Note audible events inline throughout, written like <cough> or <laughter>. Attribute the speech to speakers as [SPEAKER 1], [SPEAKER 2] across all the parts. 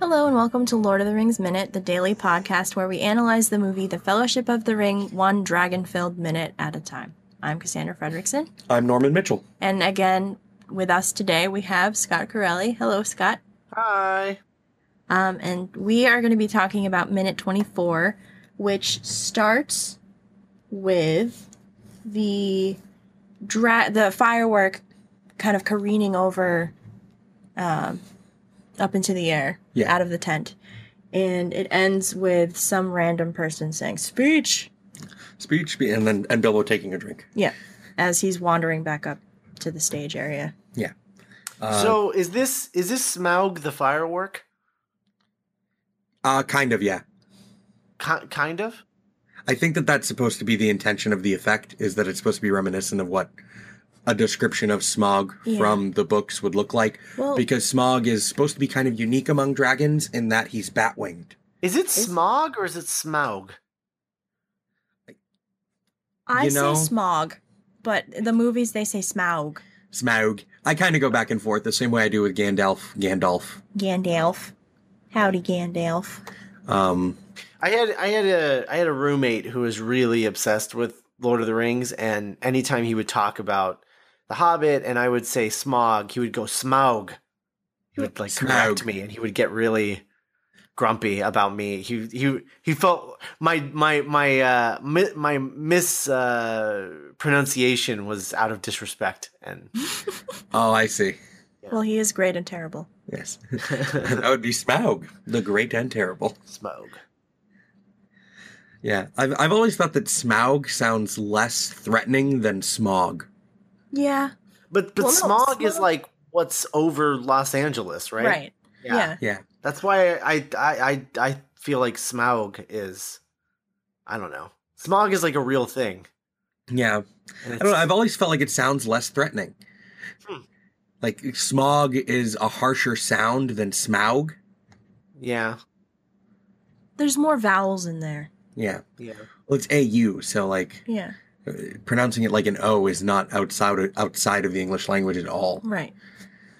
[SPEAKER 1] Hello and welcome to Lord of the Rings Minute, the daily podcast where we analyze the movie The Fellowship of the Ring one dragon filled minute at a time. I'm Cassandra Fredrickson.
[SPEAKER 2] I'm Norman Mitchell.
[SPEAKER 1] And again, with us today, we have Scott Corelli. Hello, Scott.
[SPEAKER 3] Hi.
[SPEAKER 1] Um, and we are going to be talking about minute 24, which starts with the dra- the firework kind of careening over um, up into the air
[SPEAKER 2] Yeah.
[SPEAKER 1] out of the tent. And it ends with some random person saying, Speech!
[SPEAKER 2] Speech be- and then and Bilbo taking a drink.
[SPEAKER 1] Yeah, as he's wandering back up to the stage area.
[SPEAKER 2] Uh,
[SPEAKER 3] so is this is this Smaug the firework?
[SPEAKER 2] uh, kind of, yeah.
[SPEAKER 3] Ki kind of.
[SPEAKER 2] I think that that's supposed to be the intention of the effect is that it's supposed to be reminiscent of what a description of smog
[SPEAKER 1] Yeah.
[SPEAKER 2] from the books would look like
[SPEAKER 1] Well,
[SPEAKER 2] because smog is supposed to be kind of unique among dragons in that he's bat-winged.
[SPEAKER 3] Is it
[SPEAKER 1] Is-
[SPEAKER 3] Smog or is it Smaug?
[SPEAKER 1] I
[SPEAKER 2] you know-
[SPEAKER 1] say smog, but the movies they say smaug.
[SPEAKER 2] Smaug. I kind of go back and forth the same way I do with Gandalf, Gandalf.
[SPEAKER 1] Gandalf. Howdy, Gandalf.
[SPEAKER 2] Um
[SPEAKER 3] I had I had a I had a roommate who was really obsessed with Lord of the Rings, and anytime he would talk about The Hobbit, and I would say Smog, he would go Smaug. He would like correct
[SPEAKER 2] Smaug.
[SPEAKER 3] me, and he would get really grumpy about me. He he he felt my my my uh, mi- my mis uh, pronunciation was out of disrespect,
[SPEAKER 2] <laughs>
[SPEAKER 3] and
[SPEAKER 2] oh, I see.
[SPEAKER 1] Well, he is great and terrible.
[SPEAKER 2] Yes. <laughs> that would be Smaug, the great and terrible.
[SPEAKER 3] Smaug.
[SPEAKER 2] Yeah, I've I've always thought that Smaug sounds less threatening than Smog.
[SPEAKER 1] Yeah,
[SPEAKER 3] But but
[SPEAKER 1] Well, no,
[SPEAKER 3] smog is
[SPEAKER 1] smog-
[SPEAKER 3] like what's over Los Angeles, right?
[SPEAKER 1] right. Yeah.
[SPEAKER 2] Yeah,
[SPEAKER 3] That's why I I I, I feel like smog is I don't know. Smog is like a real thing.
[SPEAKER 2] yeah.
[SPEAKER 3] And
[SPEAKER 2] I don't know. I've always felt like it sounds less threatening.
[SPEAKER 3] Hmm.
[SPEAKER 2] Like Smog is a harsher sound than Smaug.
[SPEAKER 3] yeah.
[SPEAKER 1] There's more vowels in there.
[SPEAKER 2] Yeah,
[SPEAKER 3] Yeah.
[SPEAKER 2] well, it's a u, so like
[SPEAKER 1] Yeah,
[SPEAKER 2] uh, pronouncing it like an o is not outside of, outside of the English language at all.
[SPEAKER 1] right.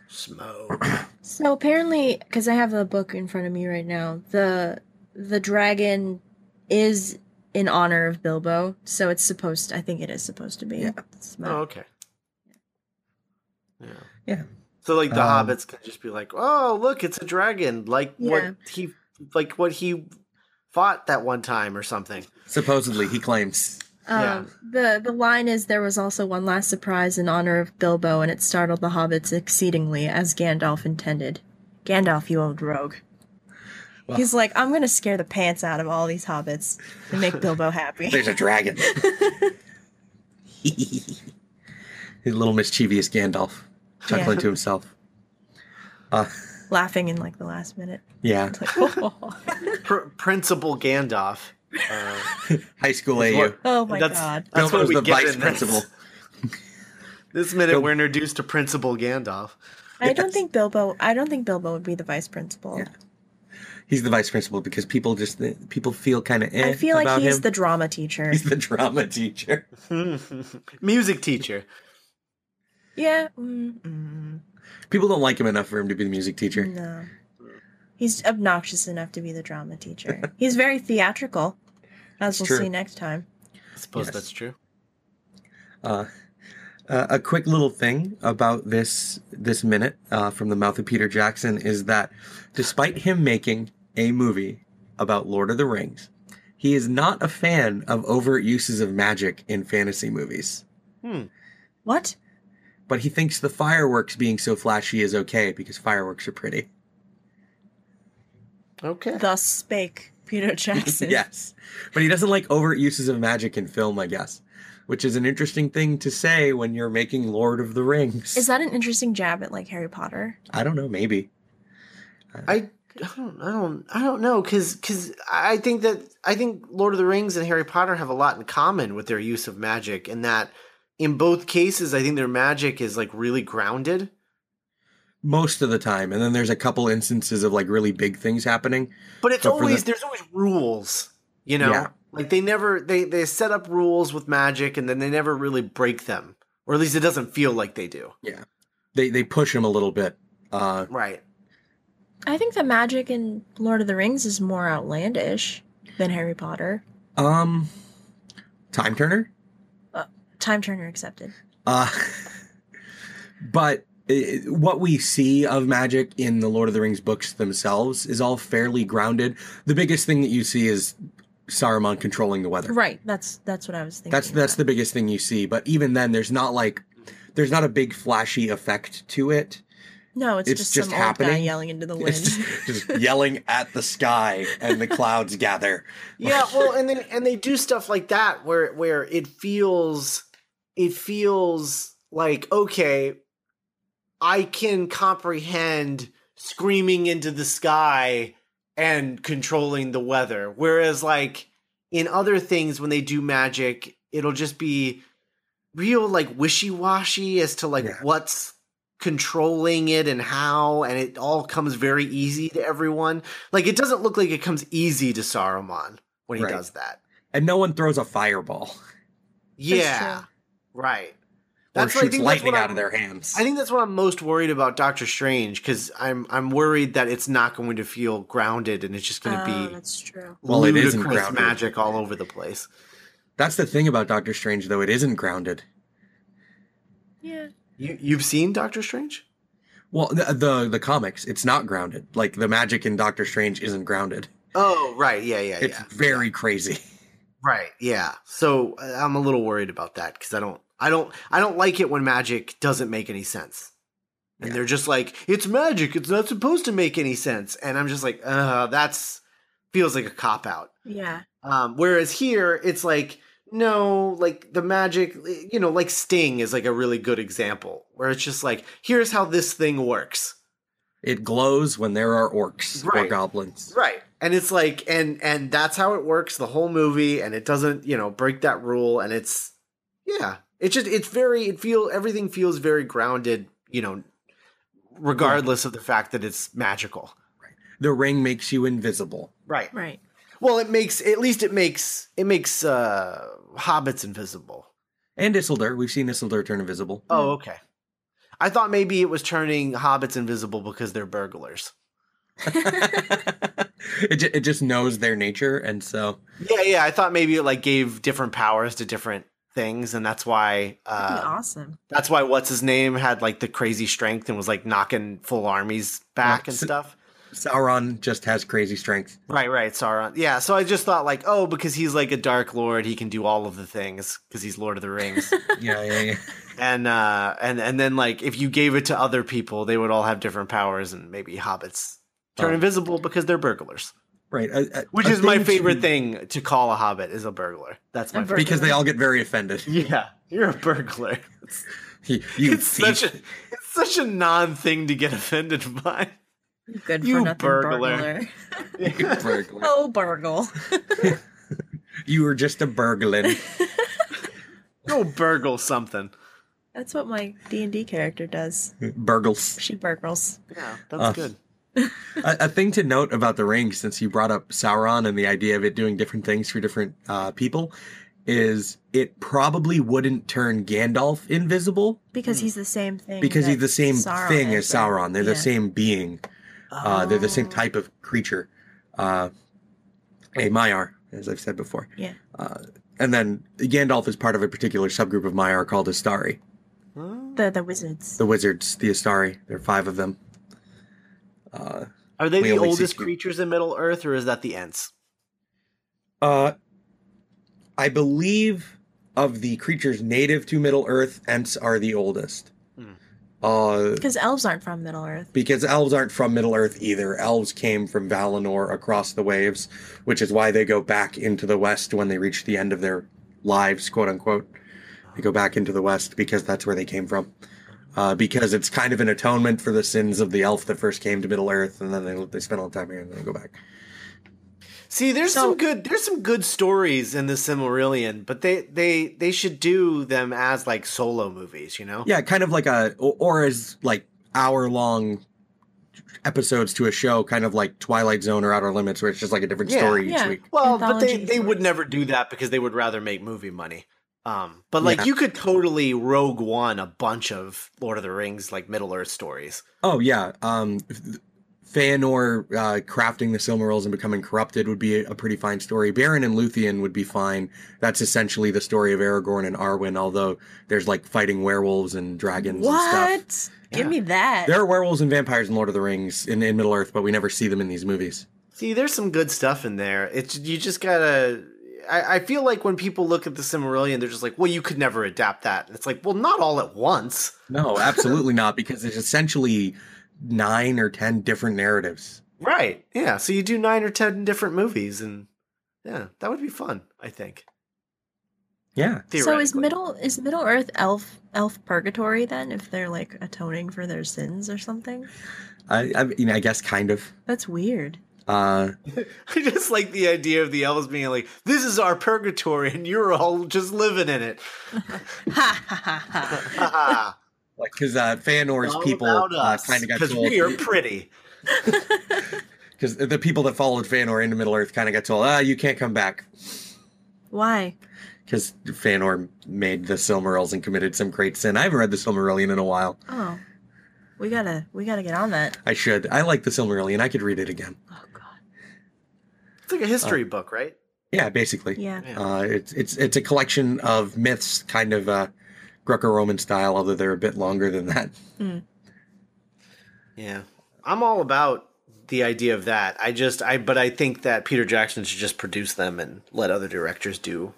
[SPEAKER 3] Smog.
[SPEAKER 1] So apparently, because I have the book in front of me right now, the the dragon is in honor of Bilbo, so it's supposed. I think it is supposed to be.
[SPEAKER 2] Yeah.
[SPEAKER 1] Smog.
[SPEAKER 3] oh, okay. Yeah.
[SPEAKER 2] Yeah.
[SPEAKER 3] So like the
[SPEAKER 2] Um,
[SPEAKER 3] hobbits can just be like, "Oh, look, it's a dragon." Like
[SPEAKER 1] Yeah.
[SPEAKER 3] what he like what he fought that one time or something.
[SPEAKER 2] Supposedly, he claims.
[SPEAKER 1] Um, the the line is there was also one last surprise in honor of Bilbo, and it startled the hobbits exceedingly, as Gandalf intended. Gandalf, you old rogue.
[SPEAKER 2] Well-
[SPEAKER 1] He's like, I'm gonna scare the pants out of all these hobbits and make Bilbo
[SPEAKER 2] <laughs>
[SPEAKER 1] happy. <laughs>
[SPEAKER 2] There's a dragon. His little mischievous Gandalf chuckling
[SPEAKER 1] Yeah.
[SPEAKER 2] to himself. Uh,
[SPEAKER 1] Laughing in like the last minute.
[SPEAKER 2] yeah.
[SPEAKER 1] It's like, <laughs> oh,
[SPEAKER 3] Pr- Principal Gandalf. Uh,
[SPEAKER 2] <laughs> High school
[SPEAKER 3] It's
[SPEAKER 2] AU.
[SPEAKER 3] what-
[SPEAKER 1] oh my
[SPEAKER 3] that's
[SPEAKER 1] god.
[SPEAKER 3] that's
[SPEAKER 2] Bilbo's
[SPEAKER 3] what we
[SPEAKER 2] the
[SPEAKER 3] get
[SPEAKER 2] vice
[SPEAKER 3] in
[SPEAKER 2] principal.
[SPEAKER 3] This. <laughs> this minute,
[SPEAKER 2] Bil-
[SPEAKER 3] we're introduced to Principal Gandalf. <laughs>
[SPEAKER 1] I don't
[SPEAKER 2] yes.
[SPEAKER 1] think Bilbo. I don't think Bilbo would be the vice principal.
[SPEAKER 2] Yeah. He's the vice principal because people just people feel kind of. Eh
[SPEAKER 1] I feel like
[SPEAKER 2] about
[SPEAKER 1] he's
[SPEAKER 2] him.
[SPEAKER 1] the drama teacher.
[SPEAKER 2] he's the drama teacher.
[SPEAKER 3] Music teacher.
[SPEAKER 1] yeah. mm, mm,
[SPEAKER 2] People don't like him enough for him to be the music teacher.
[SPEAKER 1] No. He's obnoxious enough to be the drama
[SPEAKER 2] <laughs>
[SPEAKER 1] teacher. he's very theatrical, as
[SPEAKER 2] It's
[SPEAKER 1] we'll
[SPEAKER 2] true.
[SPEAKER 1] see next time.
[SPEAKER 3] I suppose
[SPEAKER 2] Yes.
[SPEAKER 3] that's true.
[SPEAKER 2] Uh, uh, a quick little thing about this this minute uh, from the mouth of Peter Jackson is that, despite him making a movie about Lord of the Rings, he is not a fan of overt uses of magic in fantasy movies.
[SPEAKER 3] Hmm.
[SPEAKER 1] What?
[SPEAKER 2] But he thinks the fireworks being so flashy is okay because fireworks are pretty.
[SPEAKER 3] Okay.
[SPEAKER 1] Thus spake
[SPEAKER 2] <laughs>
[SPEAKER 1] Peter <laughs> Jackson.
[SPEAKER 2] yes. But he doesn't like overt uses of magic in film, I guess, which is an interesting thing to say when you're making Lord of the Rings.
[SPEAKER 1] Is that an interesting jab at like Harry Potter?
[SPEAKER 2] I don't know, maybe.
[SPEAKER 3] I, I don't I don't I don't know because I think that I think Lord of the Rings and Harry Potter have a lot in common with their use of magic in that in both cases I think their magic is like really grounded.
[SPEAKER 2] Most of the time. And then there's a couple instances of like really big things happening.
[SPEAKER 3] But it's
[SPEAKER 2] But for
[SPEAKER 3] always
[SPEAKER 2] the-
[SPEAKER 3] there's always rules, you know.
[SPEAKER 2] Yeah.
[SPEAKER 3] Like they never they they set up rules with magic and then they never really break them, or at least it doesn't feel like they do.
[SPEAKER 2] They they push him a little bit. Uh
[SPEAKER 3] Right.
[SPEAKER 1] I think the magic in Lord of the Rings is more outlandish than Harry Potter.
[SPEAKER 2] Um, Time Turner.
[SPEAKER 1] Time Turner accepted.
[SPEAKER 2] Uh, <laughs> but it, what we see of magic in the Lord of the Rings books themselves is all fairly grounded. The biggest thing that you see is Saruman controlling the weather.
[SPEAKER 1] Right. That's that's what I was thinking.
[SPEAKER 2] That's that's the biggest thing you see. But even then, there's not like there's not a big flashy effect to it.
[SPEAKER 1] no. It's,
[SPEAKER 2] it's
[SPEAKER 1] just,
[SPEAKER 2] just
[SPEAKER 1] some old guy
[SPEAKER 2] happening.
[SPEAKER 1] yelling into the wind.
[SPEAKER 2] It's just, just yelling at the sky, and the clouds gather. <laughs>
[SPEAKER 3] yeah well and then and they do stuff like that where where it feels it feels like okay i can comprehend screaming into the sky and controlling the weather whereas like in other things when they do magic it'll just be real like wishy-washy as to like
[SPEAKER 2] Yeah.
[SPEAKER 3] what's controlling it and how and it all comes very easy to everyone like it doesn't look like it comes easy to Saruman when he
[SPEAKER 2] Right.
[SPEAKER 3] does that.
[SPEAKER 2] and no one throws a fireball
[SPEAKER 3] Yeah,
[SPEAKER 1] true.
[SPEAKER 3] right.
[SPEAKER 2] or
[SPEAKER 3] what
[SPEAKER 2] shoots lightning
[SPEAKER 3] what
[SPEAKER 2] out of
[SPEAKER 3] I'm-
[SPEAKER 2] their hands.
[SPEAKER 3] I think that's what I'm most worried about Doctor Strange because I'm I'm worried that it's not going to feel grounded and it's just going to
[SPEAKER 1] Oh,
[SPEAKER 3] be
[SPEAKER 1] that's true.
[SPEAKER 2] Well, it isn't
[SPEAKER 3] ludicrous
[SPEAKER 2] grounded.
[SPEAKER 3] magic all over the place.
[SPEAKER 2] That's the thing about Doctor Strange, though. It isn't grounded.
[SPEAKER 1] Yeah.
[SPEAKER 3] You you've seen Doctor Strange?
[SPEAKER 2] Well, the the, the comics, it's not grounded. Like the magic in Doctor Strange isn't grounded.
[SPEAKER 3] Oh, right. Yeah, yeah,
[SPEAKER 2] It's
[SPEAKER 3] yeah.
[SPEAKER 2] very crazy.
[SPEAKER 3] Right. Yeah. So uh, I'm a little worried about that because I don't, I don't, I don't like it when magic doesn't make any sense, and
[SPEAKER 2] Yeah.
[SPEAKER 3] they're just like, it's magic. It's not supposed to make any sense, and I'm just like, uh, that's feels like a cop out.
[SPEAKER 1] Yeah.
[SPEAKER 3] Um, whereas here, it's like, no, like the magic, you know, like Sting is like a really good example where it's just like, here's how this thing works.
[SPEAKER 2] It glows when there are orcs or
[SPEAKER 3] Right.
[SPEAKER 2] goblins.
[SPEAKER 3] Right. And it's like and and that's how it works the whole movie and it doesn't, you know, break that rule and it's yeah. It's just it's very it feel everything feels very grounded, you know, regardless of the fact that it's magical.
[SPEAKER 2] The ring makes you invisible.
[SPEAKER 3] Right.
[SPEAKER 1] Right.
[SPEAKER 3] Well, it makes at least it makes it makes uh hobbits invisible.
[SPEAKER 2] And Isildur, we've seen Isildur turn invisible.
[SPEAKER 3] Oh, okay. I thought maybe it was turning hobbits invisible because they're burglars.
[SPEAKER 2] <laughs> it, ju- it just knows their nature, and so
[SPEAKER 3] Yeah, yeah, I thought maybe it like gave different powers to different things and that's why
[SPEAKER 1] That'd
[SPEAKER 3] uh
[SPEAKER 1] be awesome.
[SPEAKER 3] That's why what's his name had like the crazy strength and was like knocking full armies back
[SPEAKER 2] Right.
[SPEAKER 3] and
[SPEAKER 2] So-
[SPEAKER 3] stuff.
[SPEAKER 2] Sauron just has crazy strength.
[SPEAKER 3] Right, right, Sauron. Yeah, so I just thought like, oh, because he's like a dark lord, he can do all of the things because he's Lord of
[SPEAKER 1] <laughs>
[SPEAKER 3] the Rings.
[SPEAKER 2] Yeah, yeah, yeah. <laughs>
[SPEAKER 3] and uh and and then like if you gave it to other people, they would all have different powers and maybe hobbits turn
[SPEAKER 1] Oh.
[SPEAKER 2] Um,
[SPEAKER 3] invisible because they're burglars.
[SPEAKER 2] Right. a- a-
[SPEAKER 3] Which
[SPEAKER 2] a
[SPEAKER 3] is my
[SPEAKER 2] thing
[SPEAKER 3] favorite
[SPEAKER 2] to-
[SPEAKER 3] thing to call a hobbit is a burglar. That's
[SPEAKER 1] A
[SPEAKER 3] my favorite.
[SPEAKER 2] Because they all get very offended. <laughs>
[SPEAKER 3] <laughs> Yeah, you're a burglar. It's,
[SPEAKER 2] You, you
[SPEAKER 3] <laughs> it's such a
[SPEAKER 2] thief.
[SPEAKER 3] it's such a non thing to get <laughs>
[SPEAKER 2] <laughs>
[SPEAKER 3] offended by.
[SPEAKER 1] Good for
[SPEAKER 3] You
[SPEAKER 1] nothing
[SPEAKER 3] burglar.
[SPEAKER 1] burglar.
[SPEAKER 2] You <laughs> burglar.
[SPEAKER 1] Oh, burgle.
[SPEAKER 2] You were just a burglin. <laughs>
[SPEAKER 3] Go burgle something.
[SPEAKER 1] That's what my D and D character does.
[SPEAKER 2] Burgles.
[SPEAKER 1] She burgles.
[SPEAKER 3] Yeah, that's
[SPEAKER 2] Uh,
[SPEAKER 3] good.
[SPEAKER 2] A, a thing to note about the ring, since you brought up Sauron and the idea of it doing different things for different uh, people, is it probably wouldn't turn Gandalf invisible
[SPEAKER 1] Because he's the same thing.
[SPEAKER 2] Hmm. because he's
[SPEAKER 1] that
[SPEAKER 2] the same
[SPEAKER 1] Sauron
[SPEAKER 2] thing as
[SPEAKER 1] is, right?
[SPEAKER 2] Sauron. They're
[SPEAKER 1] Yeah.
[SPEAKER 2] the same being. Uh, They're the
[SPEAKER 3] Oh.
[SPEAKER 2] same type of creature. Uh, a Maiar, as I've said before.
[SPEAKER 1] Yeah.
[SPEAKER 2] Uh, and then Gandalf is part of a particular subgroup of Maiar called Astari.
[SPEAKER 3] Hmm?
[SPEAKER 1] The the wizards.
[SPEAKER 2] The wizards, the Astari. There are five of them. Uh,
[SPEAKER 3] Are they
[SPEAKER 2] we
[SPEAKER 3] the
[SPEAKER 2] only see
[SPEAKER 3] oldest
[SPEAKER 2] two.
[SPEAKER 3] creatures in Middle Earth, or is that the Ents?
[SPEAKER 2] Uh, I believe of the creatures native to Middle Earth, Ents are the oldest.
[SPEAKER 3] Hmm.
[SPEAKER 2] Uh,
[SPEAKER 1] Because elves aren't from Middle Earth.
[SPEAKER 2] because elves aren't from Middle Earth either. Elves came from Valinor across the waves, which is why they go back into the West when they reach the end of their lives, quote unquote. They go back into the West because that's where they came from. Uh, because it's kind of an atonement for the sins of the elf that first came to Middle Earth, and then they they spend all the time here and then they go back.
[SPEAKER 3] See, there's
[SPEAKER 1] So-
[SPEAKER 3] some good there's some good stories in the Silmarillion, but they they they should do them as like solo movies, you know?
[SPEAKER 2] Yeah, kind of like a or, or as like hour long episodes to a show, kind of like Twilight Zone or Outer Limits, where it's just like a different
[SPEAKER 3] Yeah.
[SPEAKER 2] story each
[SPEAKER 1] Yeah.
[SPEAKER 2] week.
[SPEAKER 3] Well, but they
[SPEAKER 1] Anthology
[SPEAKER 3] they would
[SPEAKER 1] stories.
[SPEAKER 3] never do that because they would rather make movie money. Um, but like
[SPEAKER 2] Yeah.
[SPEAKER 3] you could totally Rogue One a bunch of Lord of the Rings like Middle Earth stories.
[SPEAKER 2] Oh yeah, um, f- Feanor uh, crafting the Silmarils and becoming corrupted would be a, a pretty fine story. Baron and Luthien would be fine. That's essentially the story of Aragorn and Arwen, although there's like fighting werewolves and dragons and stuff.
[SPEAKER 1] What? Give
[SPEAKER 3] Yeah.
[SPEAKER 1] me that.
[SPEAKER 2] There are werewolves and vampires in Lord of the Rings in, in Middle Earth, but we never see them in these movies.
[SPEAKER 3] See, there's some good stuff in there. It's you just gotta. I, I feel like when people look at the Cimmerillion, they're just like, "Well, you could never adapt that." And it's like, "Well, not all at once."
[SPEAKER 2] <laughs> No, absolutely not, because there's essentially nine or ten different narratives.
[SPEAKER 3] Right. Yeah. So you do nine or ten different movies, and yeah, that would be fun. I think.
[SPEAKER 1] so
[SPEAKER 2] Yeah.
[SPEAKER 1] is
[SPEAKER 3] theoretically.
[SPEAKER 1] middle is Middle Earth elf elf purgatory then if they're like atoning for their sins or something?
[SPEAKER 2] I, I mean, I guess kind of.
[SPEAKER 1] That's weird.
[SPEAKER 2] Uh,
[SPEAKER 3] <laughs> I just like the idea of the elves being like, "This is our purgatory, and you're all just living in it."
[SPEAKER 1] Ha ha ha ha.
[SPEAKER 3] <laughs> Ah,
[SPEAKER 2] like, because uh, Feanor's
[SPEAKER 3] all
[SPEAKER 2] people
[SPEAKER 3] about
[SPEAKER 2] uh,
[SPEAKER 3] us,
[SPEAKER 2] kind of got
[SPEAKER 3] 'cause
[SPEAKER 2] told.
[SPEAKER 3] we are pretty.
[SPEAKER 2] Because the people that followed Feanor into Middle Earth kind of got told, ah, you can't come back.
[SPEAKER 1] Why?
[SPEAKER 2] Because Feanor made the Silmarils and committed some great sin. I haven't read the Silmarillion in a while.
[SPEAKER 1] Oh. We gotta we gotta get on that.
[SPEAKER 2] I should. I like the Silmarillion. I could read it again.
[SPEAKER 1] Oh god.
[SPEAKER 3] It's like a history
[SPEAKER 2] Oh.
[SPEAKER 3] book, right?
[SPEAKER 2] Yeah, basically.
[SPEAKER 1] Yeah.
[SPEAKER 3] Yeah.
[SPEAKER 2] Uh, it's it's it's a collection of myths, kind of uh, Greco-Roman style, although they're a bit longer than that.
[SPEAKER 3] Yeah. I'm all about the idea of that. I just I but I think that Peter Jackson should just produce them and let other directors do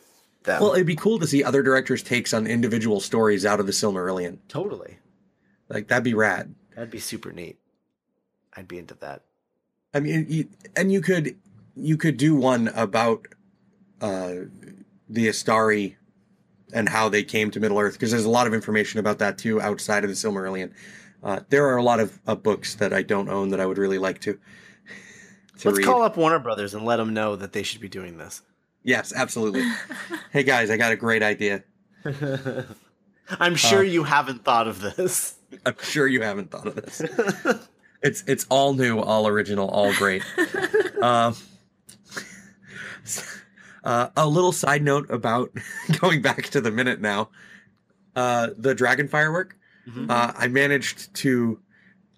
[SPEAKER 3] them.
[SPEAKER 2] Well, it'd be cool to see other directors' takes on individual stories out of the Silmarillion.
[SPEAKER 3] totally.
[SPEAKER 2] Like that'd be rad.
[SPEAKER 3] That'd be super neat. I'd be into that.
[SPEAKER 2] I mean, you, and you could you could do one about uh, the Astari and how they came to Middle Earth because there's a lot of information about that too outside of the Silmarillion. Uh, there are a lot of uh, books that I don't own that I would really like to. to
[SPEAKER 3] Let's
[SPEAKER 2] read.
[SPEAKER 3] call up Warner Brothers and let them know that they should be doing this.
[SPEAKER 2] Yes, absolutely.
[SPEAKER 3] <laughs>
[SPEAKER 2] hey guys, I got a great idea.
[SPEAKER 3] I'm
[SPEAKER 2] Uh.
[SPEAKER 3] sure you haven't thought of this. <laughs>
[SPEAKER 2] I'm sure you haven't thought of this. it's it's all new, all original, all great. um, uh, a little side note about <laughs> going back to the minute now. Uh, the dragon firework.
[SPEAKER 1] Mm-hmm.
[SPEAKER 3] Mhm.
[SPEAKER 2] Uh, I managed to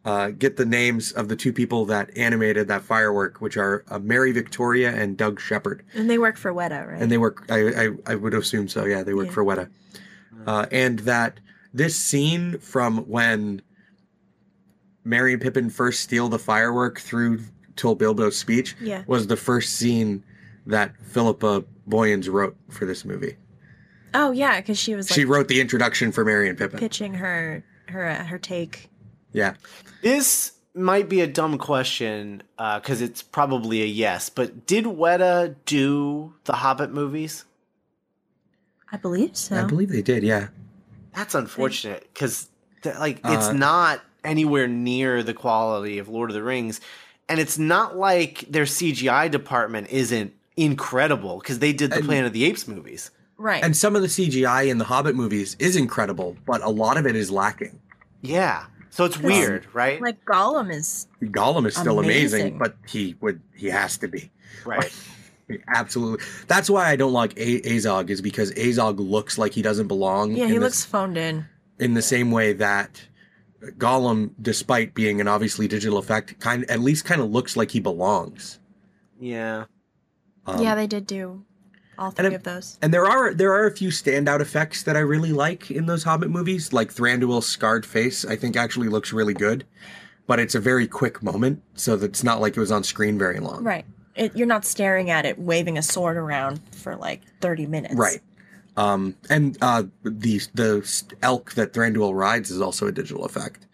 [SPEAKER 2] uh, get the names of the two people that animated that firework, which are uh, Mary Victoria and Doug Shepard.
[SPEAKER 1] And they work for Weta, right?
[SPEAKER 2] and they work I, I i would assume so yeah they work
[SPEAKER 1] Yeah.
[SPEAKER 2] for weta uh, and that this scene from when mary and pippin first steal the firework through till bilbo's speech
[SPEAKER 1] Yeah.
[SPEAKER 2] was the first scene that philippa boyens wrote for this movie
[SPEAKER 1] Oh yeah, because she was like
[SPEAKER 2] she wrote the introduction for mary and pippin
[SPEAKER 1] pitching her her uh, her take.
[SPEAKER 2] yeah
[SPEAKER 3] This might be a dumb question because it's probably a yes, but did Weta do the Hobbit movies?
[SPEAKER 1] I believe so.
[SPEAKER 2] i believe they did yeah
[SPEAKER 3] That's unfortunate because like
[SPEAKER 2] Uh,
[SPEAKER 3] it's not anywhere near the quality of Lord of the Rings, and it's not like their CGI department isn't incredible because they did the
[SPEAKER 2] And-
[SPEAKER 3] Planet of the Apes movies.
[SPEAKER 1] right.
[SPEAKER 2] and some of the cgi in the hobbit movies is incredible but a lot of it is lacking
[SPEAKER 3] Yeah, so it's weird, right?
[SPEAKER 1] like Gollum is
[SPEAKER 2] gollum is still amazing
[SPEAKER 1] Amazing.
[SPEAKER 2] but he would he has to be
[SPEAKER 3] right.
[SPEAKER 2] Absolutely. That's why I don't like a- Azog is because Azog looks like he doesn't belong.
[SPEAKER 1] Yeah,
[SPEAKER 2] in
[SPEAKER 1] he
[SPEAKER 2] the-
[SPEAKER 1] looks phoned in.
[SPEAKER 2] in the same way that Gollum, despite being an obviously digital effect, kind at least kind of looks like he belongs.
[SPEAKER 3] Yeah.
[SPEAKER 2] Um,
[SPEAKER 1] yeah, they did do all three
[SPEAKER 2] I'm-
[SPEAKER 1] of those.
[SPEAKER 2] and there are there are a few standout effects that I really like in those Hobbit movies, like Thranduil's scarred face. I think actually looks really good, but it's a very quick moment, so that it's not like it was on screen very long.
[SPEAKER 1] Right. It, you're not staring at it waving a sword around for like 30 minutes.
[SPEAKER 2] Right. Um, and uh, the the elk that Thranduil rides is also a digital effect,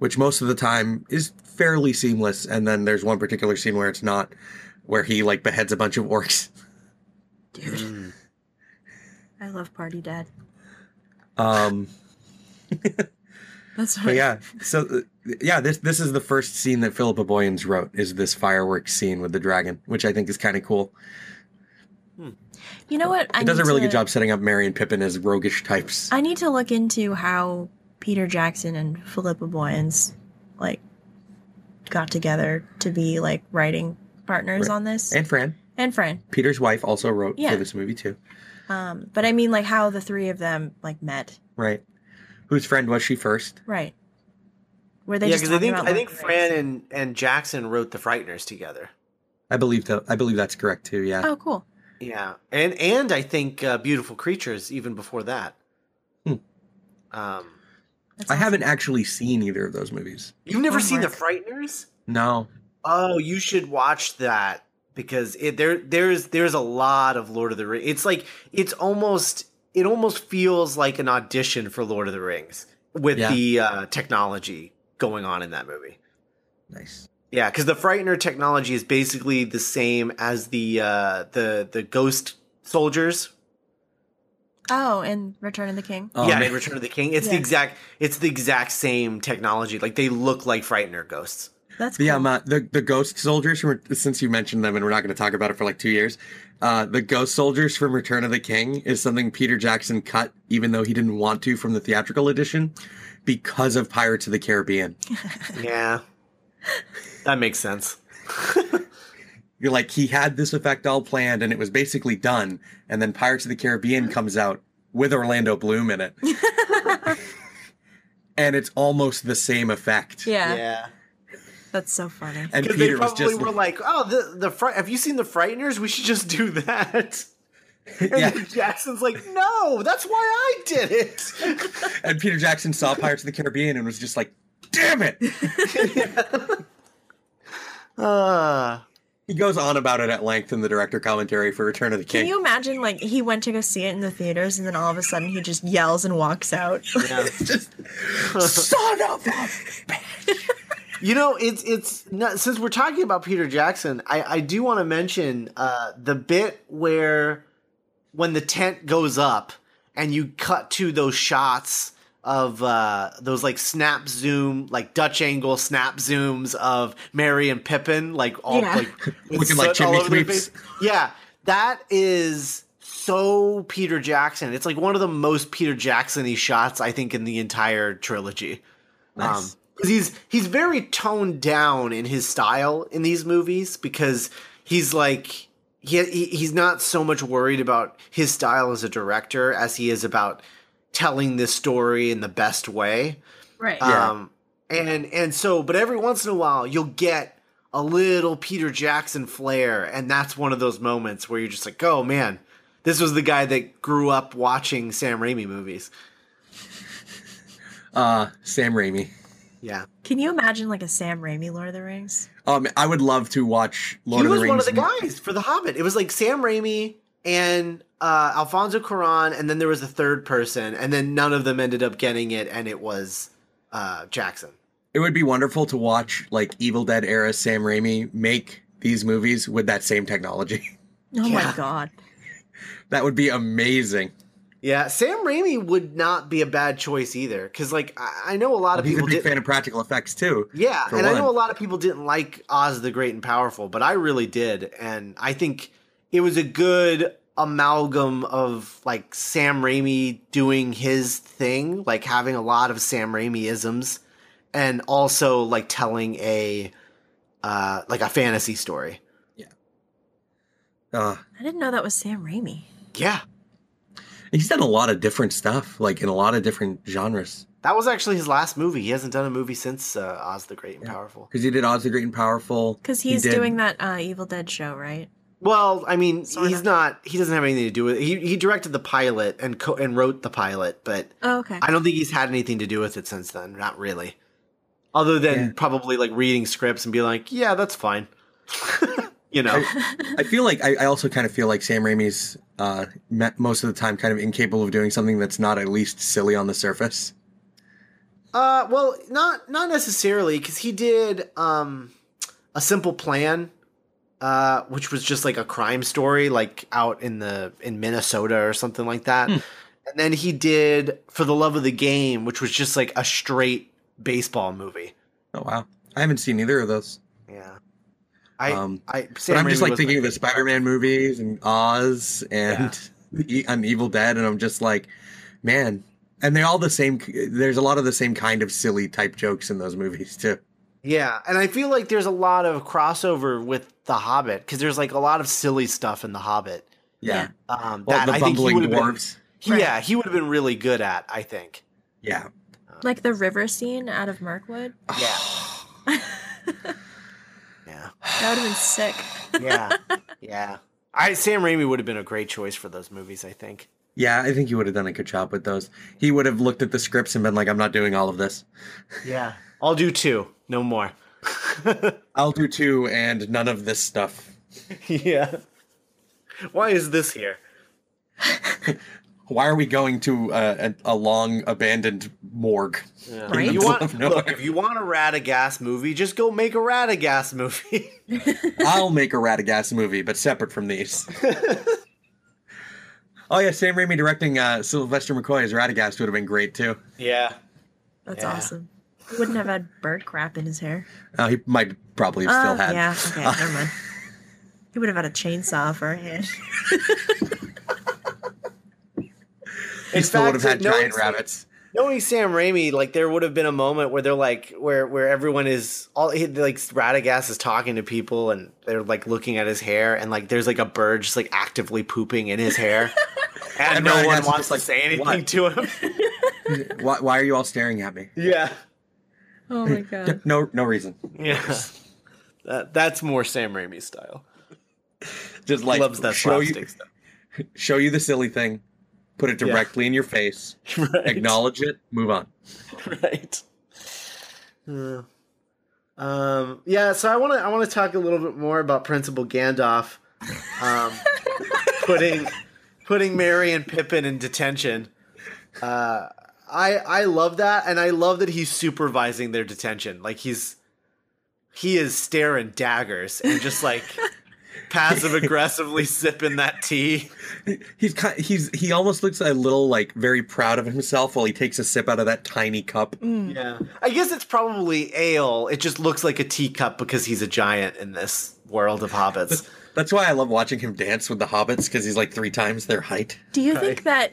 [SPEAKER 2] which most of the time is fairly seamless. And then there's one particular scene where it's not, where he like beheads a bunch of orcs. <laughs>
[SPEAKER 1] Dude, I love Party Dad.
[SPEAKER 2] Um,
[SPEAKER 1] That's what
[SPEAKER 2] but yeah, so uh, yeah, this this is the first scene that Philippa Boyens wrote is this fireworks scene with the dragon, which I think is kind of cool.
[SPEAKER 1] You know what? I
[SPEAKER 2] It does a
[SPEAKER 1] need
[SPEAKER 2] really
[SPEAKER 1] to- Uh,
[SPEAKER 2] good job setting up Mary and Pippin as roguish types.
[SPEAKER 1] I need to look into how Peter Jackson and Philippa Boyens like got together to be like writing partners
[SPEAKER 2] Right.
[SPEAKER 1] on this. And,
[SPEAKER 2] and Fran,
[SPEAKER 1] Fran.
[SPEAKER 2] Peter's wife, also wrote
[SPEAKER 1] Yeah.
[SPEAKER 2] for this movie too.
[SPEAKER 1] Um, but I mean like how the three of them like met.
[SPEAKER 2] Right. Whose friend was she first?
[SPEAKER 1] Right. Where they
[SPEAKER 3] Yeah,
[SPEAKER 1] just
[SPEAKER 3] because I
[SPEAKER 1] talk
[SPEAKER 3] think
[SPEAKER 1] about
[SPEAKER 3] I
[SPEAKER 1] Lord
[SPEAKER 3] think
[SPEAKER 1] of the Rings.
[SPEAKER 3] Fran and, and Jackson wrote the Frighteners together.
[SPEAKER 2] I believe that I believe that's correct too. Yeah.
[SPEAKER 1] Oh, cool.
[SPEAKER 3] Yeah, and and I think uh, Beautiful Creatures even before that.
[SPEAKER 2] Hmm.
[SPEAKER 3] Um,
[SPEAKER 1] That's
[SPEAKER 2] I
[SPEAKER 1] awesome.
[SPEAKER 2] haven't actually seen either of those movies.
[SPEAKER 3] you've never seen the
[SPEAKER 1] Homework.
[SPEAKER 3] Frighteners?
[SPEAKER 2] No.
[SPEAKER 3] Oh, you should watch that because it there there's there's a lot of Lord of the Rings. It's like it's almost it almost feels like an audition for Lord of the Rings with
[SPEAKER 2] Yeah.
[SPEAKER 3] the uh, technology going on in that movie.
[SPEAKER 2] Nice.
[SPEAKER 3] Yeah, because the Frightener technology is basically the same as the uh, the the ghost soldiers.
[SPEAKER 1] Oh, and Return of the King.
[SPEAKER 2] Oh,
[SPEAKER 3] yeah,
[SPEAKER 2] man.
[SPEAKER 3] in Return of the King, it's the
[SPEAKER 1] Yeah.
[SPEAKER 3] exact it's the exact same technology. Like they look like Frightener
[SPEAKER 1] <laughs>
[SPEAKER 3] ghosts.
[SPEAKER 1] That's cool.
[SPEAKER 2] Yeah, Ma, the the ghost soldiers from since you mentioned them, and we're not going to talk about it for like two years. Uh, the ghost soldiers from Return of the King is something Peter Jackson cut, even though he didn't want to, from the theatrical edition, because of Pirates of the Caribbean.
[SPEAKER 3] Yeah, that makes sense.
[SPEAKER 2] You're like he had this effect all planned, and it was basically done, and then Pirates of the Caribbean comes out with Orlando Bloom in it, and it's almost the same effect.
[SPEAKER 1] yeah,
[SPEAKER 3] yeah.
[SPEAKER 1] that's so funny.
[SPEAKER 2] And
[SPEAKER 3] Because they
[SPEAKER 2] Peter was
[SPEAKER 3] probably
[SPEAKER 2] just
[SPEAKER 3] were like, "Oh, the the fri- have you seen the Frighteners? We should just
[SPEAKER 2] <laughs>
[SPEAKER 3] do that." And
[SPEAKER 2] Yeah.
[SPEAKER 3] then Jackson's like, "No, that's why I
[SPEAKER 2] <laughs>
[SPEAKER 3] did it."
[SPEAKER 2] And Peter Jackson saw Pirates of the Caribbean and was just like, damn it!
[SPEAKER 3] uh,
[SPEAKER 2] He goes on about it at length in the director commentary for Return of the
[SPEAKER 1] Can
[SPEAKER 2] King. <laughs>
[SPEAKER 1] you imagine, like, he went to go see it in the theaters, and then all of a sudden he just yells and walks out?
[SPEAKER 2] just, son of a.
[SPEAKER 3] you know, it's it's not, since we're talking about Peter Jackson, I I do want to mention uh, the bit where when the tent goes up and you cut to those shots of uh, those like snap zoom, like Dutch angle snap zooms of Mary and Pippin, like all
[SPEAKER 1] Yeah.
[SPEAKER 3] like
[SPEAKER 2] <laughs>
[SPEAKER 3] with
[SPEAKER 2] Looking like
[SPEAKER 3] soot all
[SPEAKER 2] chimney
[SPEAKER 3] over their
[SPEAKER 2] sweeps.
[SPEAKER 3] face. Yeah, that is so Peter Jackson. It's like one of the most Peter Jackson-y shots I think in the entire trilogy. Um,
[SPEAKER 2] Nice.
[SPEAKER 3] 'cause he's he's very toned down in his style in these movies because he's like he, he he's not so much worried about his style as a director as he is about telling this story in the best way.
[SPEAKER 1] <laughs> Right.
[SPEAKER 2] Yeah.
[SPEAKER 3] Um, and and so, but every once in a while, you'll get a little Peter Jackson flair, and that's one of those moments where you're just like, oh man, this was the guy that grew up watching Sam Raimi movies.
[SPEAKER 2] Uh, Sam Raimi.
[SPEAKER 3] Yeah,
[SPEAKER 1] Can you imagine, like, a Sam Raimi Lord of the Rings?
[SPEAKER 2] Um, I would love to watch Lord
[SPEAKER 3] he
[SPEAKER 2] of the
[SPEAKER 3] was
[SPEAKER 2] Rings.
[SPEAKER 3] one of the guys for The Hobbit. It was like Sam Raimi and uh, Alfonso Cuarón, and then there was a third person, and then none of them ended up getting it, and it was uh, Jackson.
[SPEAKER 2] It would be wonderful to watch like Evil Dead era Sam Raimi make these movies with that same technology. <laughs>
[SPEAKER 1] Oh
[SPEAKER 3] Yeah.
[SPEAKER 1] my god.
[SPEAKER 2] that would be amazing.
[SPEAKER 3] Yeah, Sam Raimi would not be a bad choice either, because like I, I know a lot of
[SPEAKER 2] He's a
[SPEAKER 3] people
[SPEAKER 2] big
[SPEAKER 3] did.
[SPEAKER 2] fan of practical effects too.
[SPEAKER 3] Yeah,
[SPEAKER 2] for
[SPEAKER 3] and I know a
[SPEAKER 2] one.
[SPEAKER 3] lot of people didn't like Oz the Great and Powerful, but I really did, and I think it was a good amalgam of like Sam Raimi doing his thing, like having a lot of Sam Raimi isms, and also like telling a uh like a fantasy story.
[SPEAKER 2] Uh,
[SPEAKER 1] I didn't know that was Sam Raimi.
[SPEAKER 3] Yeah.
[SPEAKER 2] he's done a lot of different stuff, like in a lot of different genres.
[SPEAKER 3] That was actually his last movie. He hasn't done a movie since uh, Oz the Great and Powerful.
[SPEAKER 2] Because he did Oz the Great and Powerful.
[SPEAKER 1] Because
[SPEAKER 2] He
[SPEAKER 1] he's
[SPEAKER 2] did-
[SPEAKER 1] doing that uh, Evil Dead show, right?
[SPEAKER 3] Well, I mean,
[SPEAKER 1] Sorta.
[SPEAKER 3] he's not. He doesn't have anything to do with. It. He he directed the pilot and co- and wrote the pilot, but
[SPEAKER 1] Oh, okay.
[SPEAKER 3] I don't think he's had anything to do with it since then. Not really. Other than
[SPEAKER 2] Yeah.
[SPEAKER 3] probably like reading scripts and be like, yeah, that's fine. <laughs> you know?
[SPEAKER 2] I feel like I, I also kind of feel like Sam Raimi's uh, me- most of the time kind of incapable of doing something that's not at least silly on the surface.
[SPEAKER 3] uh, well, not not necessarily because he did um, a simple plan, uh, which was just like a crime story, like out in the in Minnesota or something like that.
[SPEAKER 2] Hmm.
[SPEAKER 3] And then he did for the love of the game, which was just like a straight baseball movie.
[SPEAKER 2] Oh wow, I haven't seen either of those.
[SPEAKER 3] Yeah. I,
[SPEAKER 2] Um,
[SPEAKER 3] I,
[SPEAKER 2] But I'm just
[SPEAKER 3] Raimi
[SPEAKER 2] like
[SPEAKER 3] was my
[SPEAKER 2] thinking of the
[SPEAKER 3] favorite director.
[SPEAKER 2] Spider-Man movies and Oz and the <laughs> E- and Evil Dead, and I'm just like, man. And they're all the same. There's a lot of the same kind of silly type jokes in those movies too.
[SPEAKER 3] Yeah, and I feel like there's a lot of crossover with The Hobbit because there's like a lot of silly stuff in The Hobbit.
[SPEAKER 2] Yeah,
[SPEAKER 1] Yeah.
[SPEAKER 3] Um,
[SPEAKER 2] Well,
[SPEAKER 3] that
[SPEAKER 2] the
[SPEAKER 3] I think he
[SPEAKER 2] bumbling
[SPEAKER 3] would have been.
[SPEAKER 2] dwarves.
[SPEAKER 3] he- Yeah, he would have been really good at. I think.
[SPEAKER 2] Yeah,
[SPEAKER 3] Um,
[SPEAKER 1] Like the river scene out of Mirkwood.
[SPEAKER 3] Yeah. <sighs> yeah.
[SPEAKER 1] That would have been sick.
[SPEAKER 3] Yeah. yeah. I Sam Raimi would have been a great choice for those movies, I think.
[SPEAKER 2] Yeah, I think he would have done a good job with those. He would have looked at the scripts and been like, I'm not doing all of this.
[SPEAKER 3] Yeah. I'll do two, no more.
[SPEAKER 2] I'll do two and none of this stuff.
[SPEAKER 3] <laughs> yeah. Why is this here?
[SPEAKER 2] Why are we going to uh, a, a long abandoned morgue?
[SPEAKER 3] Yeah.
[SPEAKER 1] Right?
[SPEAKER 3] If You
[SPEAKER 2] middle <laughs>
[SPEAKER 3] want,
[SPEAKER 2] of nowhere.
[SPEAKER 3] look, if you want a Radagast movie, just go make a Radagast movie.
[SPEAKER 2] I'll make a Radagast movie, but separate from these.
[SPEAKER 3] <laughs>
[SPEAKER 2] oh yeah, Sam Raimi directing uh, Sylvester McCoy as Radagast would have been great too.
[SPEAKER 3] yeah.
[SPEAKER 1] That's
[SPEAKER 3] Yeah.
[SPEAKER 1] awesome. He wouldn't have had bird crap in his hair.
[SPEAKER 2] Uh, he might probably have still
[SPEAKER 1] Oh,
[SPEAKER 2] had. <laughs>
[SPEAKER 1] Yeah. Okay. never mind. He would have had a chainsaw for a hand.
[SPEAKER 2] He
[SPEAKER 3] In
[SPEAKER 2] still would have
[SPEAKER 3] fact,
[SPEAKER 2] had
[SPEAKER 3] no,
[SPEAKER 2] giant
[SPEAKER 3] it's-
[SPEAKER 2] rabbits.
[SPEAKER 3] Knowing Sam Raimi, like there would have been a moment where they're like, where where everyone is all he- like Radagast is talking to people and they're like looking at his hair and like there's like a bird just like actively pooping in his hair, and,
[SPEAKER 2] And
[SPEAKER 3] no
[SPEAKER 2] Radagast
[SPEAKER 3] one
[SPEAKER 2] is
[SPEAKER 3] wants
[SPEAKER 2] just
[SPEAKER 3] to
[SPEAKER 2] like,
[SPEAKER 3] say anything
[SPEAKER 2] "What?"
[SPEAKER 3] to
[SPEAKER 2] <laughs>
[SPEAKER 3] him.
[SPEAKER 2] Why, why are you all staring at me?
[SPEAKER 3] yeah,
[SPEAKER 1] <laughs> Oh my god.
[SPEAKER 2] No, no reason.
[SPEAKER 3] yeah, that, that's more Sam Raimi style.
[SPEAKER 2] Just like
[SPEAKER 3] Loves that
[SPEAKER 2] show you,
[SPEAKER 3] slapstick stuff.
[SPEAKER 2] show you the silly thing, put it
[SPEAKER 3] Yeah.
[SPEAKER 2] directly in your face,
[SPEAKER 3] <laughs>
[SPEAKER 2] <laughs>
[SPEAKER 3] Right.
[SPEAKER 2] acknowledge it, move on.
[SPEAKER 3] right. Yeah. Um, yeah, so I want to I want to talk a little bit more about Principal Gandalf um, putting putting Mary and Pippin in detention. Uh, I I love that, and I love that he's supervising their detention. Like he's he is staring daggers and just like passive aggressively sipping that tea.
[SPEAKER 2] He's kind, he's he almost looks a little like very proud of himself while he takes a sip out of that tiny cup.
[SPEAKER 1] Mm.
[SPEAKER 3] Yeah. I guess it's probably ale. It just looks like a teacup because he's a giant in this world of hobbits.
[SPEAKER 2] That's why I love watching him dance with the hobbits because he's like three times their height.
[SPEAKER 1] Do you think that,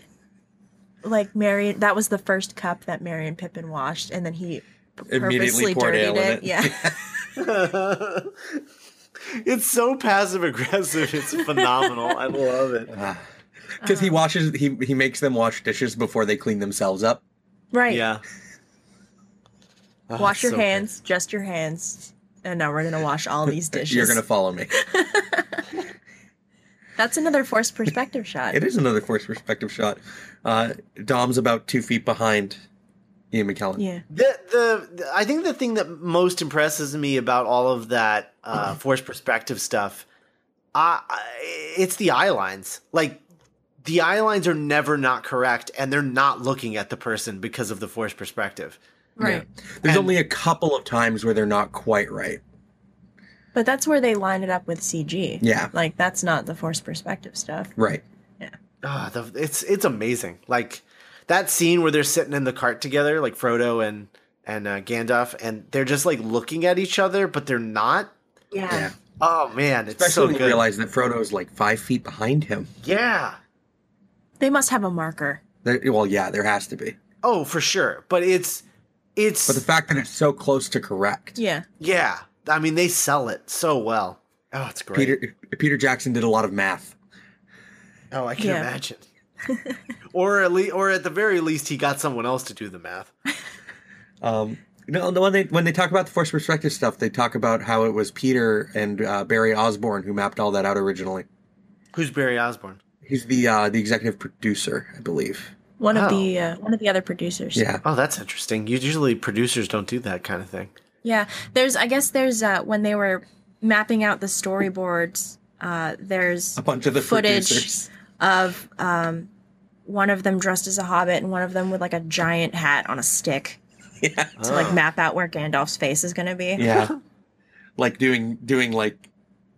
[SPEAKER 1] like Mary, that was the first cup that Mary and Pippin washed, and then he p-
[SPEAKER 2] Immediately
[SPEAKER 1] purposely
[SPEAKER 2] poured
[SPEAKER 1] dirtied
[SPEAKER 2] ale in
[SPEAKER 1] it?
[SPEAKER 2] it. <laughs>
[SPEAKER 1] Yeah.
[SPEAKER 3] <laughs> it's so passive aggressive. It's phenomenal. I love it.
[SPEAKER 1] Ah.
[SPEAKER 2] Because
[SPEAKER 1] Uh-huh.
[SPEAKER 2] he washes, he he makes them wash dishes before they clean themselves up.
[SPEAKER 1] <laughs> right.
[SPEAKER 3] Yeah. Oh,
[SPEAKER 1] Wash your
[SPEAKER 3] so
[SPEAKER 1] hands, just your hands, and now we're gonna wash all these dishes.
[SPEAKER 2] <laughs> You're gonna
[SPEAKER 1] <laughs>
[SPEAKER 2] follow me.
[SPEAKER 1] That's another forced
[SPEAKER 2] <laughs>
[SPEAKER 1] perspective shot.
[SPEAKER 2] it is another forced perspective shot. Uh, Dom's about two feet behind Ian McKellen.
[SPEAKER 1] Yeah.
[SPEAKER 3] The, the the- I think the thing that most impresses me about all of that uh,
[SPEAKER 2] Mm-hmm.
[SPEAKER 3] forced perspective stuff, uh, it's the eye lines. Like the eye lines are never not correct, and they're not looking at the person because of the forced perspective.
[SPEAKER 1] Right.
[SPEAKER 2] Yeah. There's
[SPEAKER 3] And-
[SPEAKER 2] only a couple of times where they're not quite right.
[SPEAKER 1] But that's where they line it up with CG.
[SPEAKER 2] Yeah.
[SPEAKER 1] Like that's not the forced perspective stuff.
[SPEAKER 2] Right.
[SPEAKER 3] Ah, the, it's it's amazing. Like that scene where they're sitting in the cart together, like Frodo and and uh, Gandalf, and they're just like looking at each other, but they're not.
[SPEAKER 2] Yeah.
[SPEAKER 3] Oh man, it's
[SPEAKER 2] Especially
[SPEAKER 3] so
[SPEAKER 2] when
[SPEAKER 3] good.
[SPEAKER 2] you realize that Frodo's like five feet behind him.
[SPEAKER 3] yeah.
[SPEAKER 1] They must have a marker.
[SPEAKER 2] There, well, yeah, there has to be.
[SPEAKER 3] Oh, for sure. But it's it's
[SPEAKER 2] But the fact that it's so close to correct.
[SPEAKER 1] Yeah.
[SPEAKER 3] yeah. I mean, they sell it so well. Oh, it's great.
[SPEAKER 2] Peter Peter Jackson did a lot of math.
[SPEAKER 3] oh, I can
[SPEAKER 1] Yeah.
[SPEAKER 3] imagine. or at least, or at the very least, he got someone else to do the math.
[SPEAKER 2] Um, no, no, when they when they talk about the forced perspective stuff, they talk about how it was Peter and uh, Barry Osborne who mapped all that out originally.
[SPEAKER 3] Who's Barry Osborne?
[SPEAKER 2] He's the uh, the executive producer, I believe.
[SPEAKER 1] One of
[SPEAKER 3] Oh.
[SPEAKER 1] the uh, one of the other producers.
[SPEAKER 2] Yeah,
[SPEAKER 3] Oh, that's interesting. Usually, producers don't do that kind of thing.
[SPEAKER 1] Yeah, there's. I guess there's uh, when they were mapping out the storyboards. Uh, there's
[SPEAKER 2] a bunch of the
[SPEAKER 1] Footage.
[SPEAKER 2] producers. <laughs>
[SPEAKER 1] of um, one of them dressed as a hobbit and one of them with like a giant hat on a stick
[SPEAKER 2] Yeah,
[SPEAKER 1] to
[SPEAKER 3] Ah.
[SPEAKER 1] like map out where Gandalf's face is gonna be.
[SPEAKER 2] yeah, <laughs> like doing doing like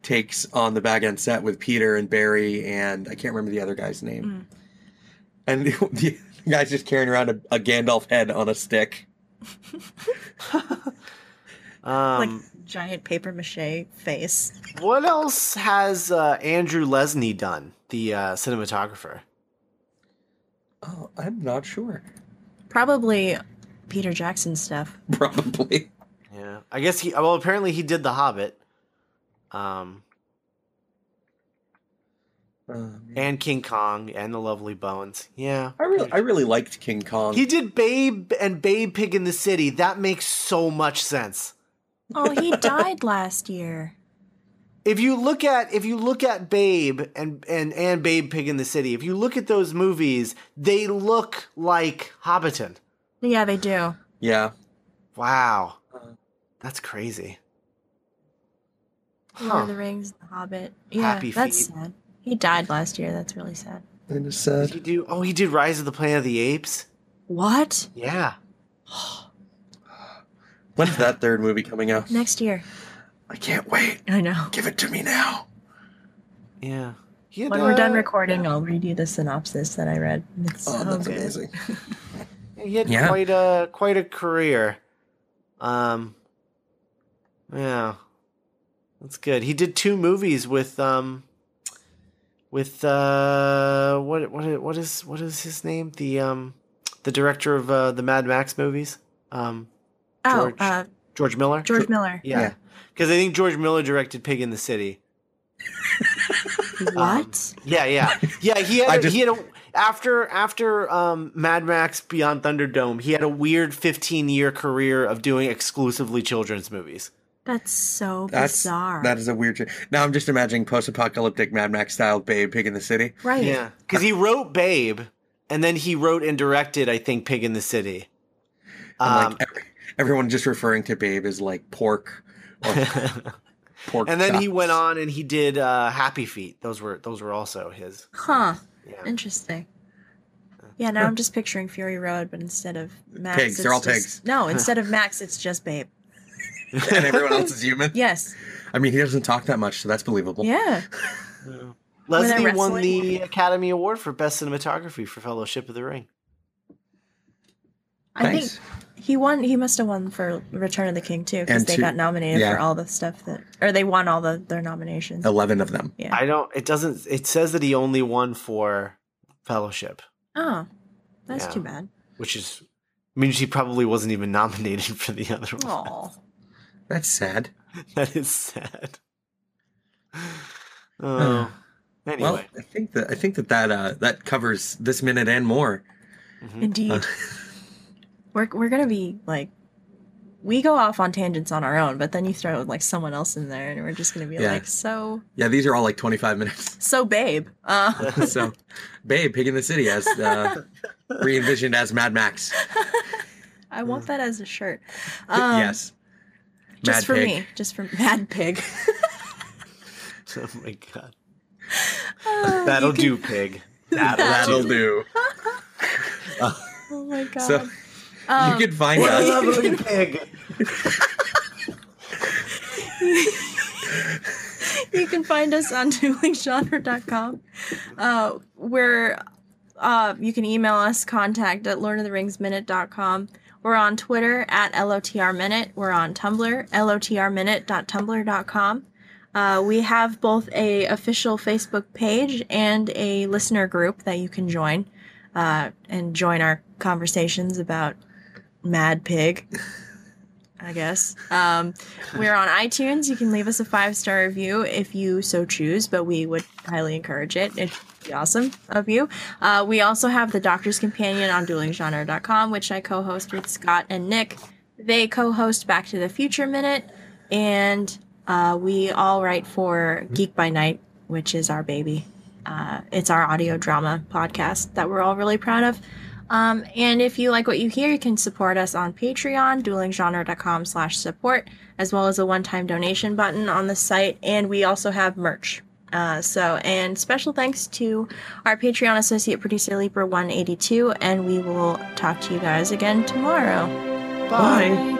[SPEAKER 2] takes on the back end set with Peter and Barry and I can't remember the other guy's name. And <laughs> the, the guy's just carrying around a, a Gandalf head on a stick.
[SPEAKER 1] Like
[SPEAKER 3] Um,
[SPEAKER 1] giant paper mache face.
[SPEAKER 3] what else has uh, Andrew Lesney done, the uh, cinematographer?
[SPEAKER 2] Oh, I'm not sure.
[SPEAKER 1] Probably Peter Jackson stuff.
[SPEAKER 2] <laughs> Probably.
[SPEAKER 3] Yeah, I guess he. Well, apparently he did The Hobbit. Um,
[SPEAKER 2] Uh,
[SPEAKER 3] and King Kong and the Lovely Bones. Yeah,
[SPEAKER 2] I really, I really liked King Kong.
[SPEAKER 3] he did Babe and Babe Pig in the City. That makes so much sense.
[SPEAKER 1] Oh,
[SPEAKER 2] <laughs>
[SPEAKER 1] he died last year.
[SPEAKER 3] If you look at if you look at Babe and and and Babe Pig in the City, if you look at those movies, they look like Hobbiton.
[SPEAKER 1] Yeah, they do.
[SPEAKER 2] yeah,
[SPEAKER 3] Wow,
[SPEAKER 2] Uh-huh.
[SPEAKER 3] that's crazy.
[SPEAKER 1] Lord
[SPEAKER 3] Huh.
[SPEAKER 1] of the Rings, The Hobbit. Yeah,
[SPEAKER 3] Happy
[SPEAKER 1] that's
[SPEAKER 3] feet.
[SPEAKER 1] sad. He died last year. That's really sad.
[SPEAKER 2] and it's
[SPEAKER 3] Did
[SPEAKER 2] sad.
[SPEAKER 3] he do? Oh, he did Rise of the Planet of the Apes.
[SPEAKER 1] What? <gasps>
[SPEAKER 3] Yeah.
[SPEAKER 2] When's that third movie coming out?
[SPEAKER 1] Next year. <laughs>
[SPEAKER 2] I can't wait.
[SPEAKER 1] I know.
[SPEAKER 2] Give it to me now.
[SPEAKER 3] Yeah. He had,
[SPEAKER 1] When we're done
[SPEAKER 3] uh,
[SPEAKER 1] recording, I'll read you the synopsis that I read. It's
[SPEAKER 2] Oh,
[SPEAKER 1] so
[SPEAKER 2] that's
[SPEAKER 1] good.
[SPEAKER 2] amazing.
[SPEAKER 3] He had
[SPEAKER 2] Yeah.
[SPEAKER 3] quite a quite a career. Um Yeah. That's good. He did two movies with um with uh what what what is what is his name? The um the director of uh, the Mad Max movies? Um
[SPEAKER 1] Oh,
[SPEAKER 3] George-
[SPEAKER 1] uh,
[SPEAKER 3] George Miller?
[SPEAKER 1] George Miller.
[SPEAKER 3] Yeah.
[SPEAKER 2] Yeah.
[SPEAKER 3] Cuz I think George Miller directed Pig in the City.
[SPEAKER 2] um,
[SPEAKER 1] What?
[SPEAKER 3] Yeah, yeah, yeah. He
[SPEAKER 2] I
[SPEAKER 3] had a,
[SPEAKER 2] just-
[SPEAKER 3] he had a after after um, Mad Max Beyond Thunderdome. He had a weird fifteen year career of doing exclusively children's movies.
[SPEAKER 1] That's so
[SPEAKER 2] That's
[SPEAKER 1] bizarre.
[SPEAKER 2] that is a weird. Ch- now I'm just imagining post-apocalyptic Mad Max style Babe Pig in the City.
[SPEAKER 1] right.
[SPEAKER 3] Yeah, because he wrote Babe, and then he wrote and directed I think Pig in the City.
[SPEAKER 2] And
[SPEAKER 3] Um,
[SPEAKER 2] like every, everyone just referring to Babe as like pork or
[SPEAKER 3] <laughs>
[SPEAKER 2] pork.
[SPEAKER 3] and then he
[SPEAKER 2] chops.
[SPEAKER 3] went on and he did uh, Happy Feet. Those were those were also his.
[SPEAKER 1] Huh.
[SPEAKER 3] Yeah.
[SPEAKER 1] Interesting. Yeah, now I'm just picturing Fury Road, but instead of Max,
[SPEAKER 2] Uh, Pigs,
[SPEAKER 1] it's
[SPEAKER 2] they're all
[SPEAKER 1] just-
[SPEAKER 2] pigs.
[SPEAKER 1] No, instead of Max, it's just Babe.
[SPEAKER 2] <laughs> and everyone else
[SPEAKER 3] <laughs>
[SPEAKER 2] is human.
[SPEAKER 1] Yes.
[SPEAKER 2] I mean, he doesn't talk that much, so that's believable.
[SPEAKER 1] Yeah.
[SPEAKER 3] Leslie
[SPEAKER 1] they're
[SPEAKER 3] won the
[SPEAKER 1] wrestling.
[SPEAKER 3] Academy Award for Best Cinematography for Fellowship of the Ring.
[SPEAKER 1] I think He won. He must have won for Return of the King too, because
[SPEAKER 2] And
[SPEAKER 1] they
[SPEAKER 2] two-
[SPEAKER 1] got nominated
[SPEAKER 2] yeah.
[SPEAKER 1] for all the stuff that, or they won all the their nominations. Oh,
[SPEAKER 2] Eleven of them.
[SPEAKER 1] Yeah.
[SPEAKER 3] I don't. It doesn't. It says that he only won for Fellowship.
[SPEAKER 1] Oh, that's
[SPEAKER 3] Yeah.
[SPEAKER 1] too bad.
[SPEAKER 3] which is I mean she probably wasn't even nominated <laughs> for the other one.
[SPEAKER 1] Oh,
[SPEAKER 2] That's sad.
[SPEAKER 3] That
[SPEAKER 1] <sighs>
[SPEAKER 3] is sad. Oh, anyway. <laughs>
[SPEAKER 2] Well, I think that I think that that uh, that covers this minute and more.
[SPEAKER 3] Mhm.
[SPEAKER 1] indeed.
[SPEAKER 2] <laughs> Uh,
[SPEAKER 1] we're we're gonna be like, we go off on tangents on our own, but then you throw like someone else in there, and we're just gonna be
[SPEAKER 2] Yeah.
[SPEAKER 1] like, so
[SPEAKER 2] yeah, these are all like 25 minutes.
[SPEAKER 1] so babe. <laughs> Uh,
[SPEAKER 2] <laughs> so, Babe, Pig in the City as uh, re envisioned as Mad Max.
[SPEAKER 1] I want that as a shirt. Um,
[SPEAKER 2] yes.
[SPEAKER 1] just
[SPEAKER 2] Mad
[SPEAKER 1] for
[SPEAKER 2] Pig.
[SPEAKER 1] me, just for <laughs> Mad Pig.
[SPEAKER 3] Oh my god.
[SPEAKER 1] Uh,
[SPEAKER 3] That'll
[SPEAKER 1] you can-
[SPEAKER 3] do,
[SPEAKER 1] <laughs>
[SPEAKER 3] pig.
[SPEAKER 2] That'll do.
[SPEAKER 1] Oh my god.
[SPEAKER 2] So,
[SPEAKER 1] Um,
[SPEAKER 2] you can find
[SPEAKER 3] What a
[SPEAKER 2] us.
[SPEAKER 3] lovely pig.
[SPEAKER 1] you can find us on <laughs> duelinggenre.com. Uh, we're, uh, you can email us, contact at lordoftheringsminute.com. We're on Twitter at LOTR Minute. We're on Tumblr, lotrminute.tumblr.com. Uh, we have both a official Facebook page and a listener group that you can join uh, and join our conversations about Mad Pig, I guess. Um, we're on iTunes. You can leave us a five star review if you so choose, but we would highly encourage it. It'd be awesome of you. Uh, we also have the Doctor's Companion on duelinggenre.com, which I co host with Scott and Nick. They co host Back to the Future Minute, and uh, we all write for Geek by Night, which is our baby. Uh, it's our audio drama podcast that we're all really proud of. Um, and if you like what you hear, you can support us on Patreon, duelinggenre.com slash support, as well as a one-time donation button on the site. And we also have merch. Uh, so, and special thanks to our Patreon associate producer, Leaper182, and we will talk to you guys again tomorrow.
[SPEAKER 3] Bye.
[SPEAKER 2] Bye.